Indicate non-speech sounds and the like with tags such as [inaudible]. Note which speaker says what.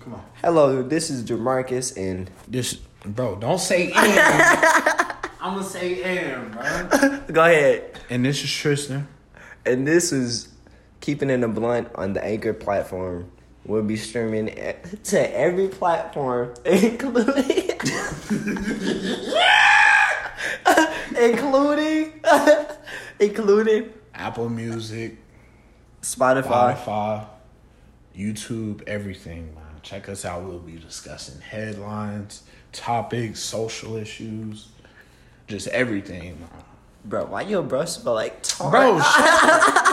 Speaker 1: Come on.
Speaker 2: Hello, this is Jamarcus, and
Speaker 1: This, bro, don't [laughs] say and. I'm gonna say and, bro.
Speaker 2: go ahead.
Speaker 1: And this is Tristan.
Speaker 2: And this is keeping in the blunt on the Anchor platform. We'll be streaming e- to every platform, [laughs] including [laughs] including [laughs] including
Speaker 1: Apple Music,
Speaker 2: Spotify.
Speaker 1: Spotify, YouTube, everything, man. Check us out. We'll be discussing headlines, topics, social issues, just everything, man.
Speaker 2: Bro, why your bro smell like tar?
Speaker 1: Bro, shut up.